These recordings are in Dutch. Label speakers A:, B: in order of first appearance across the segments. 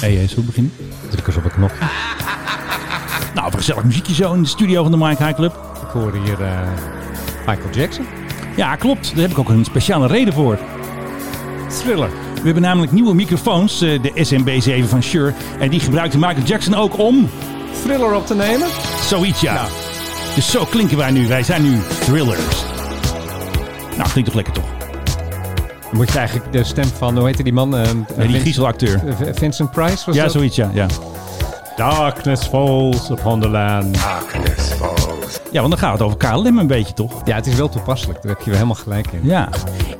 A: Hey, hey, zullen we beginnen?
B: Druk eens op een knop.
A: Nou, een gezellig muziekje zo in de studio van de Mike High Club.
B: Ik hoor hier eh, Michael Jackson.
A: Ja, klopt. Daar heb ik ook een speciale reden voor.
B: Thriller.
A: We hebben namelijk nieuwe microfoons, eh, de SMB7 van Shure. En die gebruikte Michael Jackson ook om
B: Thriller op te nemen.
A: zoiets, ja.
B: Nou.
A: Dus zo klinken wij nu. Wij zijn nu thrillers. Nou, klinkt toch lekker, toch?
B: Dan moet je eigenlijk de stem van, hoe heette die man? Eh,
A: Ja, die
B: Vin-
A: giezelacteur.
B: eh, Vincent Price was
A: Ja,
B: dat?
A: zoiets, ja. ja.
B: Darkness falls upon the land.
A: Ja, want dan gaat het over KLM een beetje, toch?
B: Ja, het is wel toepasselijk. Daar heb je wel helemaal gelijk in.
A: Ja.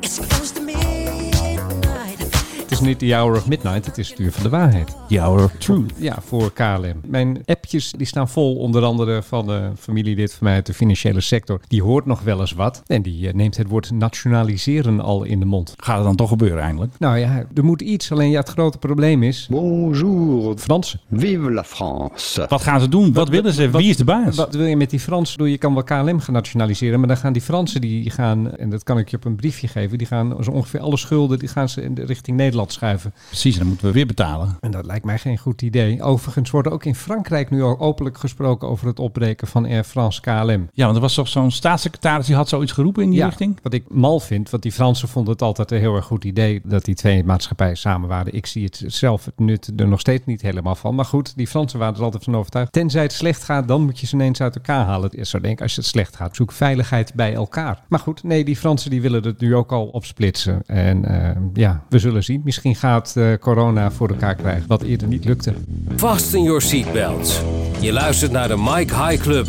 C: It's close to midnight.
B: Het is niet de hour of midnight, het is het uur van de waarheid.
A: The Hour of Truth.
B: Ja, voor KLM. Mijn appjes die staan vol, onder andere van een familielid van mij uit de financiële sector. Die hoort nog wel eens wat. En die eh, neemt het woord nationaliseren al in de mond.
A: Gaat het dan toch gebeuren, eindelijk?
B: Nou ja, er moet iets. Alleen ja, het grote probleem is...
D: Bonjour,
B: Fransen.
D: vive la France.
A: Wat gaan ze doen? Wat willen ze? Wie is de baas?
B: Wat wil je met die Fransen doen? Je kan wel KLM gaan nationaliseren, maar dan gaan die Fransen, die gaan, en dat kan ik je op een briefje geven, die gaan zo ongeveer alle schulden, die gaan ze in de richting Nederland schuiven.
A: Precies, dan moeten we weer betalen.
B: En dat lijkt mij geen goed idee. Overigens wordt ook in Frankrijk nu al openlijk gesproken over het opbreken van Air France KLM.
A: Ja, want er was toch zo'n staatssecretaris die had zoiets geroepen in die richting?
B: Wat ik mal vind, want die Fransen vonden het altijd een heel erg goed idee dat die twee maatschappijen samen waren. Ik zie het zelf het nut er nog steeds niet helemaal van. Maar goed, die Fransen waren er altijd van overtuigd. Tenzij het slecht gaat, dan moet je ze ineens uit elkaar halen. Ik zou denken, als het slecht gaat, zoek veiligheid bij elkaar. Maar goed, nee, die Fransen die willen het nu ook al opsplitsen. En eh, ja, we zullen zien. Misschien gaat eh, corona voor elkaar krijgen, wat eerder niet lukte.
E: Fasten your seatbelts. Je luistert naar de Mike High Club.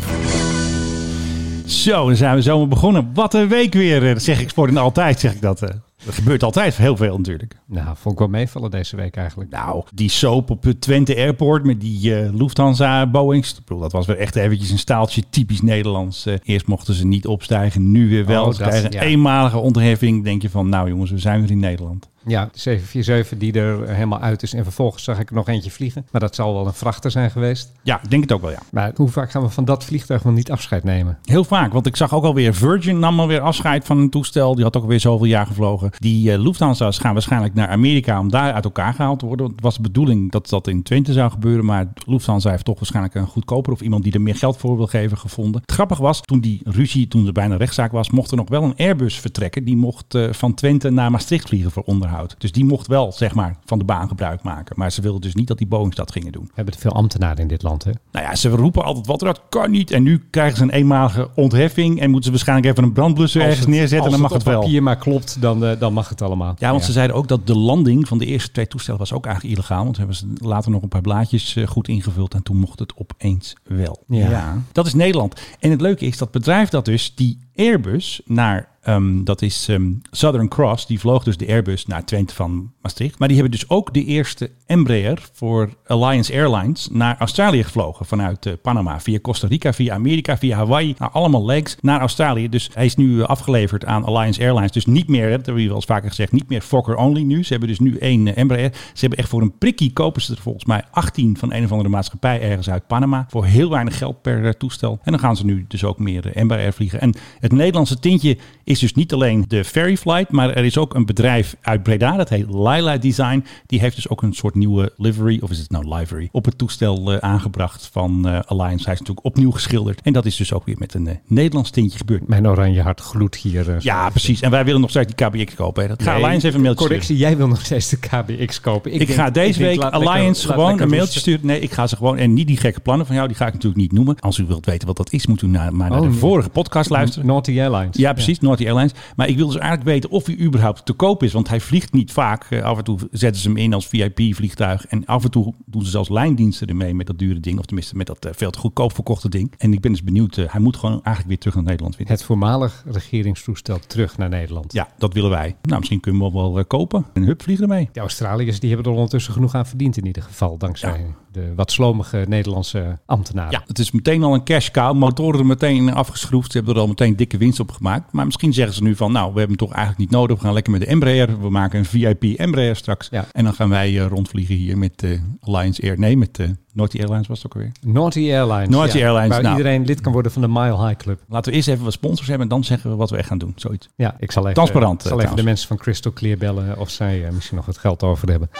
A: Zo, dan zijn we zomaar begonnen. Wat een week weer. eh, Dat zeg ik voor en altijd, zeg ik dat. eh. Dat gebeurt altijd heel veel natuurlijk.
B: Nou, vond ik wel meevallen deze week eigenlijk.
A: Nou, die soap op het Twente Airport met die eh, Lufthansa Boeings. Ik bedoel, dat was weer echt eventjes een staaltje typisch Nederlands. Eh, eerst mochten ze niet opstijgen, nu weer wel.
B: Oh,
A: ze
B: dat,
A: krijgen
B: ja.
A: eenmalige ontheffing. Denk je van, nou jongens, we zijn weer in Nederland.
B: Ja, de 747 die er helemaal uit is. En vervolgens zag ik er nog eentje vliegen. Maar dat zal wel een vrachter zijn geweest.
A: Ja, ik denk het ook wel, ja.
B: Maar hoe vaak gaan we van dat vliegtuig wel niet afscheid nemen?
A: Heel vaak, want ik zag ook alweer Virgin nam alweer afscheid van een toestel. Die had ook alweer zoveel jaar gevlogen. Die eh, Lufthansa's gaan waarschijnlijk naar Amerika om daar uit elkaar gehaald te worden. Want het was de bedoeling dat dat in Twente zou gebeuren. Maar Lufthansa heeft toch waarschijnlijk een goedkoper of iemand die er meer geld voor wil geven gevonden. Het grappige was, toen die ruzie, toen er bijna rechtszaak was, mocht er nog wel een Airbus vertrekken. Die mocht eh, van Twente naar Maastricht vliegen voor onderhoud. Dus die mocht wel, zeg maar, van de baan gebruik maken. Maar ze wilden dus niet dat die Boeings dat gingen doen.
B: We hebben te veel ambtenaren in dit land, hè?
A: Nou ja, ze roepen altijd wat dat kan niet. En nu krijgen ze een eenmalige ontheffing. En moeten ze waarschijnlijk even een brandblusser ergens neerzetten. Dan mag het,
B: Als
A: wel.
B: papier maar klopt, dan, eh, dan mag het allemaal.
A: Ja, want ze zeiden ook dat de landing van de eerste twee toestellen was ook eigenlijk illegaal. Want hebben ze later nog een paar blaadjes eh, goed ingevuld. En toen mocht het opeens wel.
B: Ja.
A: Dat is Nederland. En het leuke is dat bedrijf dat dus die Airbus naar, ehm, dat is ehm, Southern Cross, die vloog dus de Airbus naar Twente van Maastricht. Maar die hebben dus ook de eerste Embraer voor Alliance Airlines naar Australië gevlogen. Vanuit eh, Panama, via Costa Rica, via Amerika, via Hawaii. Nou, allemaal legs naar Australië. Dus hij is nu eh, afgeleverd aan Alliance Airlines. Dus niet meer, hè, dat hebben we wel eens vaker gezegd, niet meer Fokker only nu. Ze hebben dus nu één eh, Embraer. Ze hebben echt voor een prikkie kopen ze er volgens mij 18 van een of andere maatschappij ergens uit Panama. Voor heel weinig geld per eh, toestel. En dan gaan ze nu dus ook meer eh, Embraer vliegen. En het Nederlandse tintje is dus niet alleen de ferry flight. Maar er is ook een bedrijf uit Breda. Dat heet Lila Design. Die heeft dus ook een soort nieuwe livery. Of is het nou livery? Op het toestel eh, aangebracht van eh, Alliance. Hij is natuurlijk opnieuw geschilderd. En dat is dus ook weer met een eh, Nederlands tintje gebeurd.
B: Mijn oranje hart gloedt hier. eh,
A: Ja, precies. En wij willen nog steeds die KBX kopen. Hè. Dat ga
B: Nee,
A: Alliance even een mailtje sturen.
B: Correctie, jij wil nog steeds de KBX kopen.
A: Ik,
B: denk-
A: ga deze
B: denk,
A: week
B: laat lekker-
A: Alliance
B: laat
A: gewoon
B: lekker
A: een mailtje
B: rusten.
A: sturen. Nee, ik ga ze gewoon. En niet die gekke plannen van jou, die ga ik natuurlijk niet noemen. Als u wilt weten wat dat is, moet u naar, maar naar
B: Oh,
A: de
B: nee. Mm.
A: vorige podcast luisteren.
B: Naughty Airlines.
A: Ja, precies, North Airlines. Maar ik wil dus eigenlijk weten of hij überhaupt te koop is. Want hij vliegt niet vaak. Eh, Af en toe zetten ze hem in als VIP-vliegtuig. En af en toe doen ze zelfs lijndiensten ermee met dat dure ding. Of tenminste met dat eh, veel te goedkoop verkochte ding. En ik ben dus benieuwd. eh, hij moet gewoon eigenlijk weer terug naar Nederland. Vind ik.
B: Het voormalig regeringstoestel terug naar Nederland.
A: Ja, dat willen wij. Nou, misschien kunnen we hem wel eh, kopen. En hup, vliegen ermee.
B: De Australiërs die hebben er ondertussen genoeg aan verdiend in ieder geval. Dankzij de wat slomige Nederlandse ambtenaren.
A: Ja, het is meteen al een cash cow. Motoren er meteen afgeschroefd. Ze hebben er al meteen dikke winst op gemaakt. Maar misschien zeggen ze nu van, nou, we hebben hem toch eigenlijk niet nodig. We gaan lekker met de Embraer. We maken een VIP Embraer straks.
B: Ja.
A: En dan gaan wij eh, rondvliegen hier met eh, Alliance Air. Nee, met eh Naughty Airlines was het ook alweer.
B: Naughty Airlines.
A: Naughty Airlines,
B: Waar
A: nou.
B: iedereen lid kan worden van de Mile High Club.
A: Laten we eerst even wat sponsors hebben en dan zeggen we wat we echt gaan doen. Zoiets.
B: Ja, ik zal even,
A: Transparant,
B: ik zal
A: eh,
B: even de
A: trouwens.
B: mensen van Crystal Clear bellen of zij eh, misschien nog wat geld over hebben.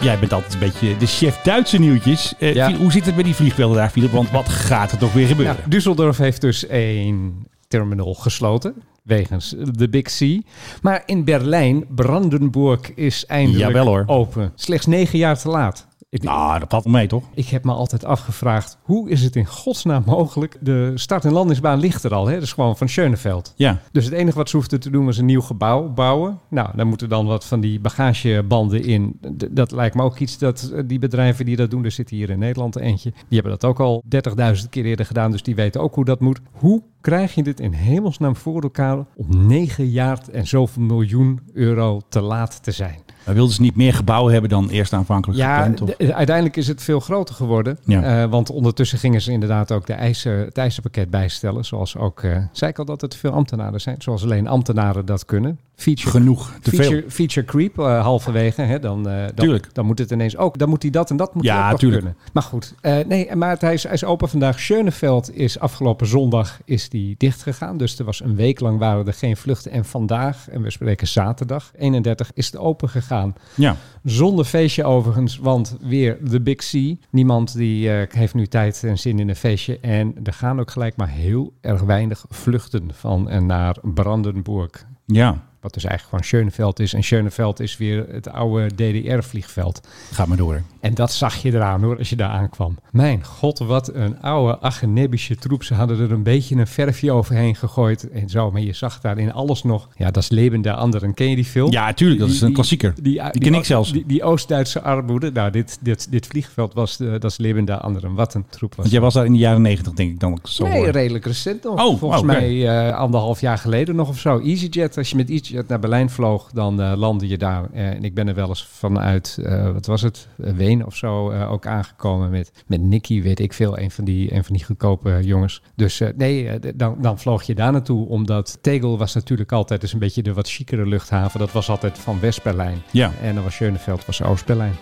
A: Jij bent altijd een beetje de chef Duitse nieuwtjes. Eh,
B: Ja.
A: Phil, hoe zit het met die vliegvelden daar, Philip? Want wat gaat er toch weer gebeuren?
B: Nou, Düsseldorf heeft dus één terminal gesloten. Wegens de Big C. Maar in Berlijn, Brandenburg is eindelijk
A: Jawel, hoor.
B: open. Slechts negen jaar te laat. Ik,
A: Nou, dat valt wel mee, toch?
B: ik heb me altijd afgevraagd, hoe is het in godsnaam mogelijk? De start- en landingsbaan ligt er al, hè? dat is gewoon van Schöneveld.
A: Ja.
B: Dus het enige wat ze hoefden te doen was een nieuw gebouw bouwen. Nou, daar moeten dan wat van die bagagebanden in. D- dat lijkt me ook iets dat eh, die bedrijven die dat doen, er zitten hier in Nederland eentje. Die hebben dat ook al 30.000 keer eerder gedaan, dus die weten ook hoe dat moet. Hoe krijg je dit in hemelsnaam voor elkaar om 9 jaar en zoveel miljoen euro te laat te zijn?
A: Maar wilden ze dus niet meer gebouwen hebben dan eerst aanvankelijk
B: Ja,
A: gepland? Of?
B: d- uiteindelijk is het veel groter geworden.
A: Ja.
B: Eh, want ondertussen gingen ze inderdaad ook de eisen, het eisenpakket bijstellen. Zoals ook, eh zei ik al dat het veel ambtenaren zijn. Zoals alleen ambtenaren dat kunnen. Feature,
A: Genoeg, te veel.
B: feature, feature creep eh, halverwege. Hè, dan, eh, dan,
A: Tuurlijk.
B: dan moet het ineens ook. Dan moet hij dat en dat moet
A: Ja,
B: hij ook nog
A: tuurlijk.
B: kunnen. Maar goed, eh, nee, maar het, hij, is, hij is open vandaag. Schöneveld is afgelopen zondag is die dichtgegaan. Dus er was een week lang waren er geen vluchten. En vandaag, en we spreken zaterdag, 31, is het open gegaan.
A: Ja.
B: Zonder feestje overigens, want weer de Big C. Niemand die eh, heeft nu tijd en zin in een feestje. En er gaan ook gelijk maar heel erg weinig vluchten van en naar Brandenburg.
A: ja,
B: Wat dus eigenlijk gewoon Schöneveld is. En Schöneveld is weer het oude DDR-vliegveld.
A: ga maar door.
B: En dat zag je eraan hoor, als je daar aankwam. Mijn god, wat een oude agenebische troep. Ze hadden er een beetje een verfje overheen gegooid en zo. Maar je zag daarin alles nog. Ja, dat is levende anderen. Ken je die film?
A: Ja, tuurlijk, dat is een klassieker. Die ken ik zelfs.
B: Die, die Oost-Duitse armoede. Nou, dit, dit, dit vliegveld was de, dat is Leben der Anderen. Wat een troep was.
A: Want jij was daar in de jaren negentig, denk ik dan ook zo.
B: Nee,
A: hoor.
B: redelijk recent nog.
A: Oh,
B: Volgens
A: oké.
B: mij eh, anderhalf jaar geleden nog of zo. EasyJet, als je met EasyJet naar Berlijn vloog, dan eh, landde je daar. Eh, en ik ben er wel eens vanuit, eh, wat was het, Eh, Wenen of zo, eh, ook aangekomen met, met Nicky, weet ik veel, een van die, een van die goedkope jongens. Dus eh, nee, eh, d- dan, dan vloog je daar naartoe, omdat Tegel was natuurlijk altijd dus een beetje de wat chicere luchthaven. Dat was altijd van West-Berlijn.
A: Ja.
B: En dan was Schöneveld, was Oost-Berlijn.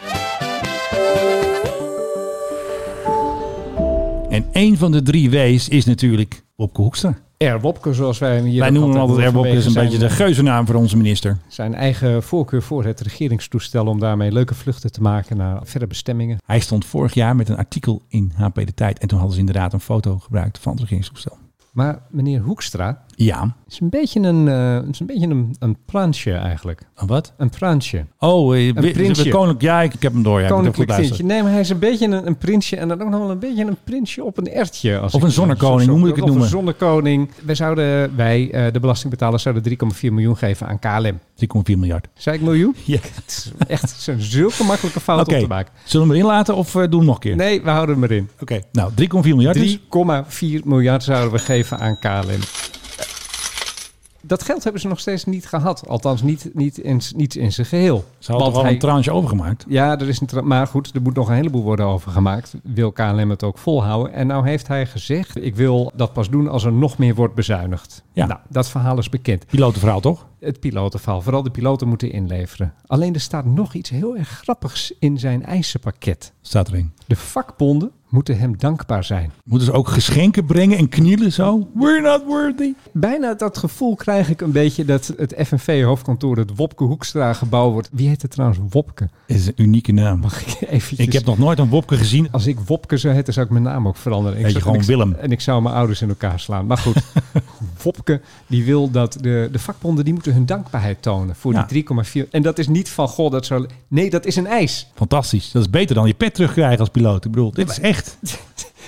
A: En een van de drie W's is natuurlijk Wopke Hoekstra.
B: Airwopke, zoals wij hem hier
A: Wij
B: ook
A: noemen hem altijd
B: doen
A: Airwopke, is een
B: vanwege
A: beetje de
B: zijn- eh,
A: geuzennaam voor onze minister.
B: zijn eigen voorkeur voor het regeringstoestel om daarmee leuke vluchten te maken naar verre bestemmingen.
A: Hij stond vorig jaar met een artikel in HP De Tijd. En toen hadden ze inderdaad een foto gebruikt van het regeringsopstel.
B: Maar meneer Hoekstra
A: Ja.
B: is een beetje een, eh, is een, beetje een, een plansje eigenlijk.
A: Een wat?
B: Een plansje.
A: Oh, eh, wi-
B: prinsje.
A: koninklijk. Ja, ik, ik heb hem door. Ja, ik moet even
B: Koninklijk
A: goed luisteren.
B: vriendje. Nee, maar hij is een beetje een, een prinsje en dan ook nog wel een beetje een prinsje op een ertje. Als
A: Of een
B: ik-
A: zonnekoning,
B: zo- zo-
A: hoe moet ik het
B: of
A: noemen?
B: een zonnekoning. Wij zouden, wij, eh, de belastingbetalers, zouden 3,4 miljoen geven aan KLM.
A: 3,4 miljard.
B: Zei ik miljoen?
A: Ja.
B: Het is Echt, het zijn zulke makkelijke
A: Oké,
B: fouten op te maken.
A: zullen we hem erin laten of eh, doen we hem nog een keer?
B: Nee, we houden hem erin.
A: Oké. Nou, 3,4 miljard is-
B: 3,4 miljard zouden we geven aan KLM. Dat geld hebben ze nog steeds niet gehad. Althans, niet, niet, in, niet in zijn geheel.
A: Ze hadden
B: Want
A: wel
B: hij-
A: een tranche overgemaakt.
B: ja, er is een tra- maar goed, er moet nog een heleboel worden overgemaakt. Wil KLM het ook volhouden? En nou heeft hij gezegd, ik wil dat pas doen als er nog meer wordt bezuinigd.
A: Ja.
B: Nou, dat verhaal is bekend.
A: Pilotenverhaal, toch?
B: Het pilotenverhaal, vooral de piloten moeten inleveren. Alleen er staat nog iets heel erg grappigs in zijn eisenpakket.
A: Staat erin.
B: De vakbonden moeten hem dankbaar zijn.
A: Moeten ze ook geschenken brengen en knielen zo? We're not worthy.
B: Bijna dat gevoel krijg ik een beetje dat het FNV-hoofdkantoor het Wopke Hoekstra gebouw wordt. Wie heet het trouwens Wopke?
A: Dat is een unieke naam.
B: Mag dus- ik eventjes...
A: Ik heb nog nooit een Wopke gezien.
B: Als ik Wopke zou heten, zou ik mijn naam ook veranderen. Ik
A: Heet je
B: zou-
A: gewoon
B: en ik-
A: Willem?
B: En ik zou mijn ouders in elkaar slaan. Maar goed, Wopke die wil dat de, de vakbonden die moeten hun dankbaarheid tonen voor
A: Ja.
B: die 3,4. En dat is niet van, goh, dat zou... Nee, dat is een eis.
A: Fantastisch. Dat is beter dan je pet terugkrijgen als piloot. Ik bedoel, dit is echt.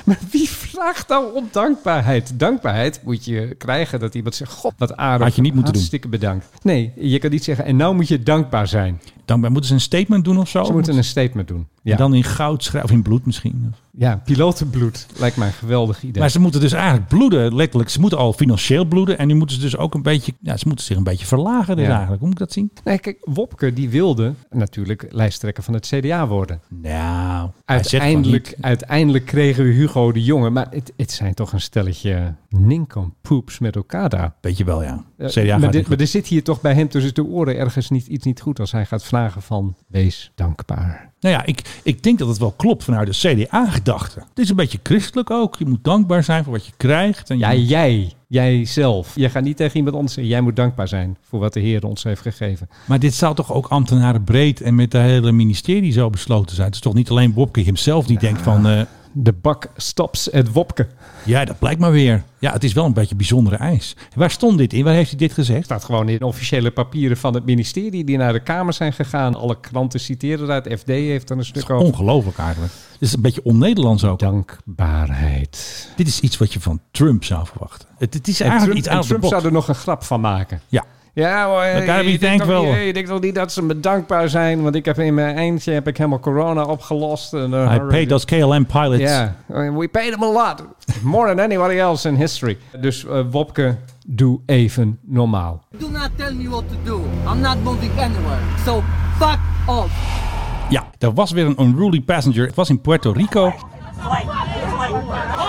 B: Maar wie vraagt nou om dankbaarheid? Dankbaarheid moet je krijgen dat iemand zegt, god, wat aardig.
A: Had je niet moeten doen.
B: Hartstikke bedankt. Nee, je kan niet zeggen, en nou moet je dankbaar zijn.
A: Dan moeten ze een statement doen of zo.
B: Ze moeten een statement doen. Ja,
A: Oh. En dan in goud schrijven, of in bloed misschien.
B: ja pilotenbloed lijkt mij een geweldig idee.
A: Maar ze moeten dus eigenlijk bloeden, letterlijk. Ze moeten al financieel bloeden. En nu moeten ze dus ook een beetje, ja, ze moeten zich een beetje verlagen dus
B: Ja.
A: eigenlijk. Hoe moet ik dat zien?
B: nee, kijk, Wopke die wilde natuurlijk lijsttrekker van het CDA worden.
A: Nou, hij zegt gewoon
B: Uiteindelijk,
A: niet.
B: uiteindelijk kregen we Hugo de Jonge. Maar het, het zijn toch een stelletje ninkompoeps met elkaar daar.
A: Weet je wel, ja.
B: Eh,
A: CDA gaat
B: maar,
A: niet
B: dit,
A: goed.
B: maar er zit hier toch bij hem tussen de oren ergens niet, iets niet goed als hij gaat vragen van wees dankbaar.
A: Nou ja, ik, ik denk dat het wel klopt vanuit de CDA-gedachte. Het is een beetje christelijk ook. Je moet dankbaar zijn voor wat je krijgt. En je
B: Ja,
A: moet-
B: jij. Jijzelf. Jij gaat niet tegen iemand anders zeggen, jij moet dankbaar zijn voor wat de Heer ons heeft gegeven.
A: Maar dit zou toch ook ambtenaren breed en met de hele ministerie zo besloten zijn? Het is toch niet alleen Bobke hemzelf die denkt van... eh,
B: De bak staps het wopke.
A: ja, dat blijkt maar weer. Ja, het is wel een beetje bijzondere eis. Waar stond dit in? Waar heeft hij dit gezegd?
B: staat gewoon in officiële papieren van het ministerie die naar de Kamer zijn gegaan. Alle kranten citeren dat. FD heeft er een stuk over.
A: Ongelooflijk eigenlijk. Het is een beetje on-Nederlands ook.
B: Dankbaarheid.
A: Dit is iets wat je van Trump zou verwachten. Het, het is
B: En
A: eigenlijk
B: Trump,
A: iets
B: en
A: uit de
B: Trump
A: box.
B: zou er nog een grap van maken.
A: Ja,
B: Ja hoor, eh,
A: Dat kan
B: je,
A: ik niet
B: denkt
A: denken
B: toch
A: wel.
B: niet- je denkt toch niet dat ze me dankbaar zijn, want ik heb in mijn eindje heb ik helemaal corona opgelost. En, eh,
A: hij paid those KLM pilots.
B: Ja, yeah. we paid him a lot. More than anybody else in history. Dus eh, Wopke, doe even normaal.
F: Do not tell me what to do. I'm not moving anywhere. So fuck off.
A: Ja, er was weer een unruly passenger. Het was in Puerto Rico.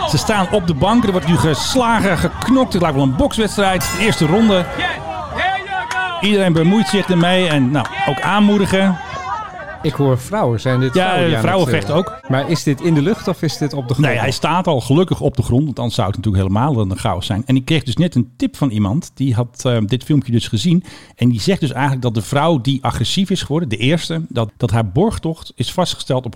A: Ze staan op de bank. Er wordt nu geslagen, geknokt. Het lijkt wel een bokswedstrijd. De eerste ronde. Iedereen bemoeit zich ermee. En nou, ook aanmoedigen.
B: Ik hoor vrouwen. Zijn dit
A: Ja,
B: vrouwen? die aan het,
A: vrouwen vechten
B: eh,
A: ook.
B: Maar is dit in de lucht of is dit op de grond?
A: Nee, hij staat al gelukkig op de grond. Want anders zou het natuurlijk helemaal een chaos zijn. En ik kreeg dus net een tip van iemand. Die had eh, dit filmpje dus gezien. En die zegt dus eigenlijk dat de vrouw die agressief is geworden, de eerste, dat, dat haar borgtocht is vastgesteld op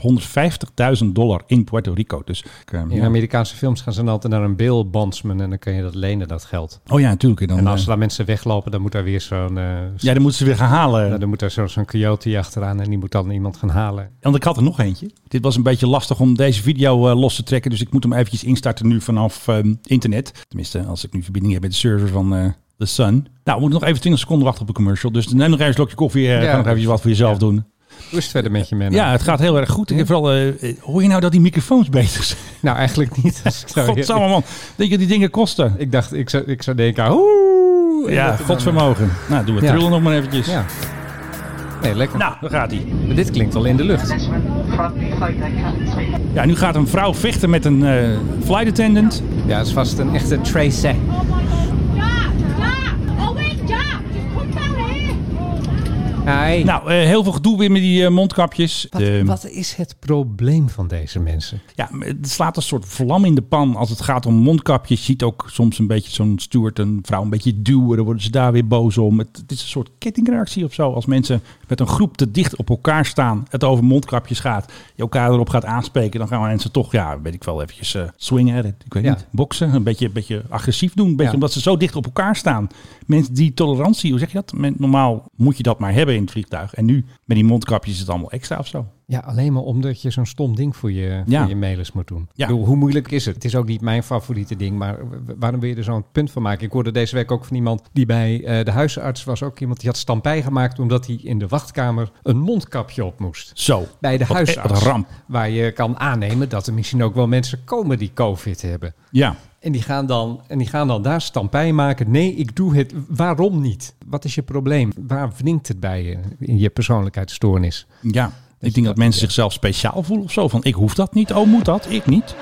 A: 150.000 dollar in Puerto Rico. Dus ik, eh,
B: In Amerikaanse films gaan ze dan altijd naar een bail bondsman en dan kun je dat lenen, dat geld.
A: Oh ja, natuurlijk. Dan,
B: En als
A: eh,
B: ze daar mensen weglopen, dan moet daar weer zo'n... eh,
A: ja, dan moeten ze weer gaan halen.
B: dan moet daar zo- zo'n coyote achteraan en die moet dan iemand gaan halen.
A: Want ik had er nog eentje. Dit was een beetje lastig om deze video eh, los te trekken. Dus ik moet hem eventjes instarten nu vanaf ehm, internet. Tenminste, als ik nu verbinding heb met de server van eh The Sun. Nou, we moeten nog even 20 seconden wachten op een commercial. Dus neem nog even een slokje koffie. eh,
B: Ja,
A: ga nog even wat voor jezelf doen.
B: Hoe is het verder met je, man?
A: Ja, het gaat heel erg goed. Ik heb vooral, eh, eh, hoor je nou dat die microfoons beter zijn?
B: Nou, eigenlijk niet. als ik zo eerlijk-
A: Godsamme man. Denk je die dingen kosten?
B: Ik dacht, ik zou, ik zou denken, oeh. en
A: Ja,
B: dat-
A: godsvermogen. Nou, doen we
B: Ja.
A: trillen nog maar eventjes.
B: Ja. Nee, lekker.
A: Nou, daar gaat hij.
B: Maar dit klinkt al in de lucht.
A: Ja, nu gaat een vrouw vechten met een eh, flight attendant.
B: Ja, het is vast een echte tracer. Hi.
A: Nou, eh, heel veel gedoe weer met die eh, mondkapjes. Ehm, De-
B: wat is het probleem van deze mensen?
A: Ja, het slaat een soort vlam in de pan als het gaat om mondkapjes. Je ziet ook soms een beetje zo'n steward een vrouw een beetje duwen. Dan worden ze daar weer boos om. Het, het is een soort kettingreactie of zo. Als mensen met een groep te dicht op elkaar staan, het over mondkapjes gaat, je elkaar erop gaat aanspreken, dan gaan mensen toch, ja, weet ik wel, eventjes eh swingen. at it. Ik weet
B: Ja.
A: niet, boksen. Een beetje, een beetje agressief doen. Een beetje
B: Ja.
A: omdat ze zo dicht op elkaar staan. Mensen die tolerantie, hoe zeg je dat? Men- Normaal moet je dat maar hebben in het vliegtuig. En nu met die mondkapjes is het allemaal extra of zo.
B: Ja, alleen maar omdat je zo'n stom ding voor je,
A: Ja.
B: voor je mailers moet doen.
A: Ja.
B: Ik bedoel, hoe moeilijk is het? Het is ook niet mijn favoriete ding, maar w- waarom wil je er zo'n punt van maken? Ik hoorde deze week ook van iemand die bij eh, de huisarts was. Ook iemand die had stampij gemaakt omdat hij in de wachtkamer een mondkapje op moest.
A: Zo.
B: Bij de
A: Wat-
B: huisarts.
A: Wat ramp.
B: Waar je kan aannemen dat er misschien ook wel mensen komen die COVID hebben.
A: Ja.
B: En die gaan dan, en die gaan dan daar stampij maken. Nee, ik doe het. Waarom niet? Wat is je probleem? Waar wringt het bij je in je persoonlijkheidsstoornis?
A: Ja, ik denk dat mensen zichzelf speciaal voelen of zo. Van ik hoef dat niet, oh moet dat, ik niet.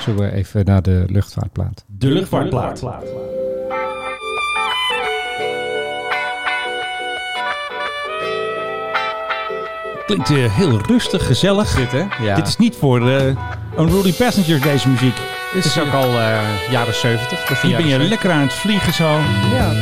B: Zullen we even naar de luchtvaartplaat?
A: De luchtvaartplaat. Klinkt eh, heel rustig, gezellig.
B: Dit, hè? Ja.
A: Dit is niet voor eh Unruly Passengers, deze muziek.
B: Het is ook al eh, jaren zeventig.
A: Hier ben je lekker aan het vliegen zo.
B: Ja.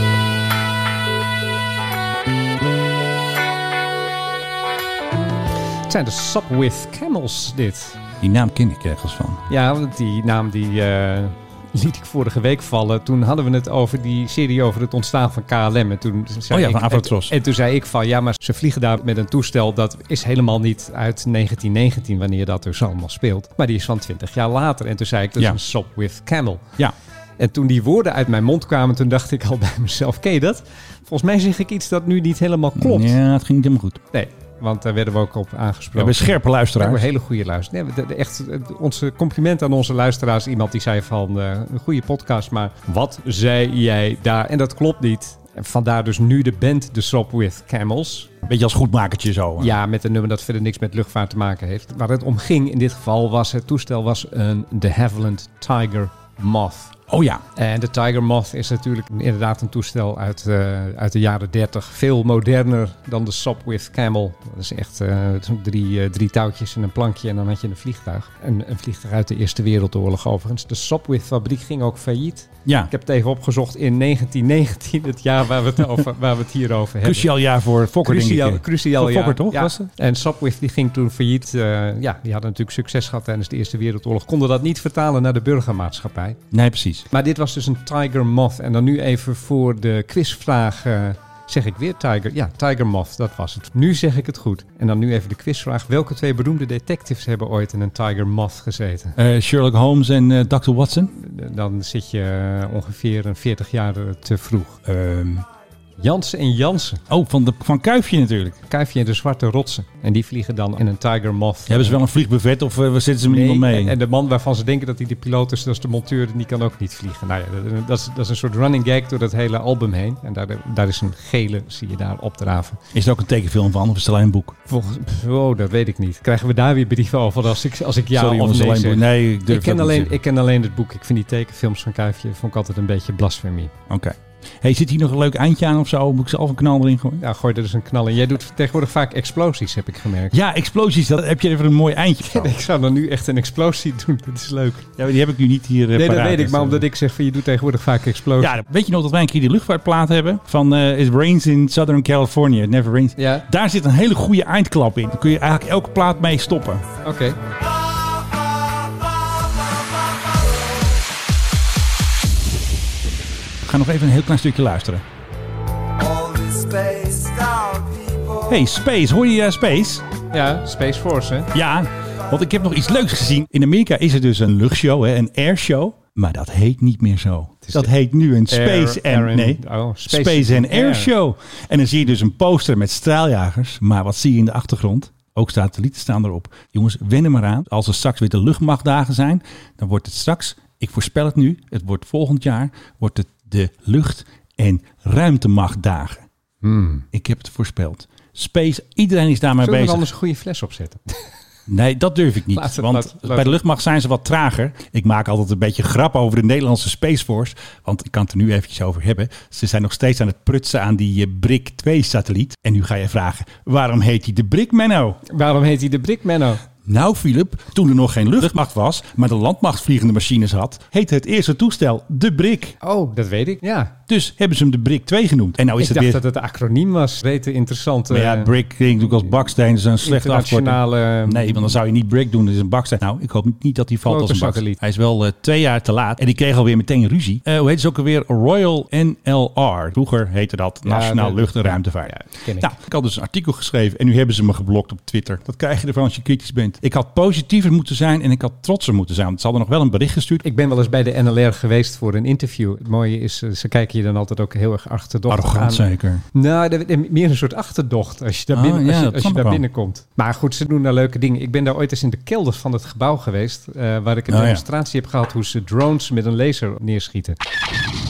B: Het zijn de Sopwith Camels, dit.
A: Die naam ken ik ergens van.
B: Ja, want die naam die eh, liet ik vorige week vallen. Toen hadden we het over die serie over het ontstaan van KLM. En toen zei
A: Oh ja,
B: ik,
A: van Avatros.
B: En, en toen zei ik van, ja, maar ze vliegen daar met een toestel... dat is helemaal niet uit 1919, wanneer dat dus allemaal speelt. Maar die is van 20 jaar later. En toen zei ik, dat
A: Ja.
B: is een sop with camel.
A: Ja,
B: En toen die woorden uit mijn mond kwamen, toen dacht ik al bij mezelf... Ken je dat? Volgens mij zeg ik iets dat nu niet helemaal klopt.
A: Ja, het ging niet helemaal goed.
B: Nee, want daar werden we ook op
A: We
B: aangesproken.
A: hebben scherpe
B: Ook
A: luisteraars.
B: een hele goede luisteraar. Nee, de- de- echt, eh, onze compliment aan onze luisteraars. Iemand die zei van, eh, een goede podcast, maar wat zei jij daar? En dat klopt niet. En Vandaar dus nu de band The Shop With Camels.
A: Beetje als goedmakertje zo.
B: Ja, met een nummer dat verder niks met luchtvaart te maken heeft. Waar het om ging in dit geval was, het toestel was een De Havilland Tiger Moth.
A: Oh ja,
B: En de Tiger Moth is natuurlijk inderdaad een toestel uit, eh, uit de jaren 30. Veel moderner dan de Sopwith Camel. Dat is echt eh, zo'n drie, eh, drie touwtjes en een plankje en dan had je een vliegtuig. Een, een vliegtuig uit de Eerste Wereldoorlog overigens. De Sopwith fabriek ging ook failliet.
A: ja.
B: Ik heb het even opgezocht in 1919, het jaar waar we het, over, waar we het hier over hebben.
A: Cruciaal jaar voor Fokker,
B: Cruciaal,
A: denk ik.
B: cruciaal
A: Voor
B: jaar.
A: Fokker, toch?
B: Ja.
A: Was het?
B: En Sopwith die ging toen failliet. Eh, ja, die hadden natuurlijk succes gehad tijdens de Eerste Wereldoorlog. Konden dat niet vertalen naar de burgermaatschappij.
A: Nee, precies.
B: Maar dit was dus een Tiger Moth. En dan nu even voor de quizvraag. eh, zeg ik weer Tiger? Ja, Tiger Moth, dat was het. Nu zeg ik het goed. En dan nu even de quizvraag. Welke twee beroemde detectives hebben ooit in een Tiger Moth gezeten?
A: Eh, Sherlock Holmes en eh, Dr. Watson.
B: Dan zit je eh, ongeveer een 40 jaar eh, te vroeg.
A: Ehm,
B: Jansen en Jansen.
A: oh, van, de, van Kuifje natuurlijk.
B: Kuifje en de Zwarte Rotsen. En die vliegen dan in een Tiger Moth.
A: Hebben ze wel een vliegbuffet of eh, waar zitten ze met
B: Nee,
A: iemand mee?
B: en- En de man waarvan ze denken dat hij de piloot is, dat is de monteur, die kan ook niet vliegen. Nou ja, dat, dat is, dat is een soort running gag door dat hele album heen. En daar, daar is een gele, zie je daar opdraven.
A: Is er ook een tekenfilm van of is het alleen een boek?
B: Volgens, pff, oh, dat weet ik niet. Krijgen we daar weer brieven over als ik, als ik ja
A: Sorry,
B: of
A: jongens,
B: nee
A: alleen een
B: zeg?
A: boek. Nee, ik durf
B: ik, ken
A: dat niet
B: alleen,
A: te
B: ik ken alleen het boek. Ik vind die tekenfilms van Kuifje vond ik altijd een beetje blasfemie.
A: zeggen. Oké. Hey, zit hier nog een leuk eindje aan of zo? Moet ik zelf een knal erin gooien?
B: Nou, gooi er dus een knal in. Jij doet tegenwoordig vaak explosies, heb ik gemerkt.
A: Ja, explosies. Dat heb je even een mooi eindje. van.
B: Ik zou dan nu echt een explosie doen. Dat is leuk.
A: Ja, die heb ik nu niet hier eh,
B: Nee, dat
A: paraat,
B: weet ik.
A: dus,
B: Maar
A: eh,
B: omdat ik zeg van je doet tegenwoordig vaak explosies.
A: Ja, weet je nog dat wij een keer die luchtvaartplaat hebben? Van eh, It Rains in Southern California, It Never Rains.
B: Ja.
A: Daar zit een hele goede eindklap in. Daar kun je eigenlijk elke plaat mee stoppen.
B: Oké.
A: We gaan nog even een heel klein stukje luisteren. Hey, Space. Hoor je eh, Space?
B: Ja, Space Force, hè?
A: Ja, want ik heb nog iets leuks gezien. In Amerika is er dus een luchtshow, hè, een airshow. Maar dat heet niet meer zo.
B: is
A: Dat
B: de
A: heet nu een Space
B: Air-
A: and
B: Air and-
A: nee,
B: oh,
A: Space,
B: Space
A: and
B: and
A: Air.
B: Air.
A: Show. En dan zie je dus een poster met straaljagers. Maar wat zie je in de achtergrond? Ook satellieten staan erop. Jongens, wen er maar aan. Als er straks weer de luchtmachtdagen zijn, dan wordt het straks, ik voorspel het nu, het wordt volgend jaar, wordt het de lucht- en ruimtemachtdagen. Ik heb het voorspeld. Space, iedereen is daarmee
B: Hmm. Zullen we er
A: bezig.
B: anders een goede fles op zetten?
A: Nee, dat durf ik niet.
B: Laat het-
A: want
B: laat- laat-
A: bij de luchtmacht zijn ze wat trager. Ik maak altijd een beetje grap over de Nederlandse Space Force. Want ik kan het er nu eventjes over hebben. Ze zijn nog steeds aan het prutsen aan die eh, BRIC 2-satelliet. En nu ga je vragen, waarom heet die de BRIC, Menno?
B: Waarom heet hij de Brick Menno?
A: Nou, Philip, toen er nog geen luchtmacht was, maar de landmacht vliegende machines had, heette het eerste toestel de BRIC.
B: Oh, dat weet ik. Ja.
A: Dus hebben ze hem de BRIC 2 genoemd. En nou is
B: ik
A: het
B: dacht
A: weer...
B: dat het een acroniem was. Weet interessante
A: Maar ja, BRIC klinkt natuurlijk als baksteen. Dat is een slechte afkorting.
B: Eh, internationale... ehm,
A: Nee, want dan zou je niet break doen. Dat is een baksteen. Nou, ik hoop niet dat hij valt als
B: Grote
A: een baksteen.
B: satelliet.
A: Hij is wel eh, twee jaar te laat. En die kreeg alweer meteen ruzie. Eh, hoe heet ze ook alweer? Royal NLR. Vroeger heette dat
B: Ja,
A: Nationaal
B: dat-
A: Lucht- en Ruimtevaart.
B: ja, ken ik.
A: Nou, ik had dus een artikel geschreven en nu hebben ze me geblokt op Twitter. Dat krijg je ervan als je kritisch bent. Ik had positiever moeten zijn en ik had trotser moeten zijn. Want ze hadden nog wel een bericht gestuurd.
B: Ik ben wel eens bij de NLR geweest voor een interview. Het mooie is, eh, ze kijken je dan altijd ook heel erg achterdochtig aan.
A: Arrogant zeker.
B: Nou, dat- eh, meer een soort achterdocht als je daar,
A: Ah,
B: binnen,
A: ja,
B: als je,
A: dat
B: als je
A: snap ik wel.
B: daar binnenkomt. Maar goed, ze doen daar leuke dingen. Ik ben daar ooit eens in de kelder van het gebouw geweest... eh, waar ik een
A: Oh, ja.
B: demonstratie heb gehad hoe ze drones met een laser neerschieten.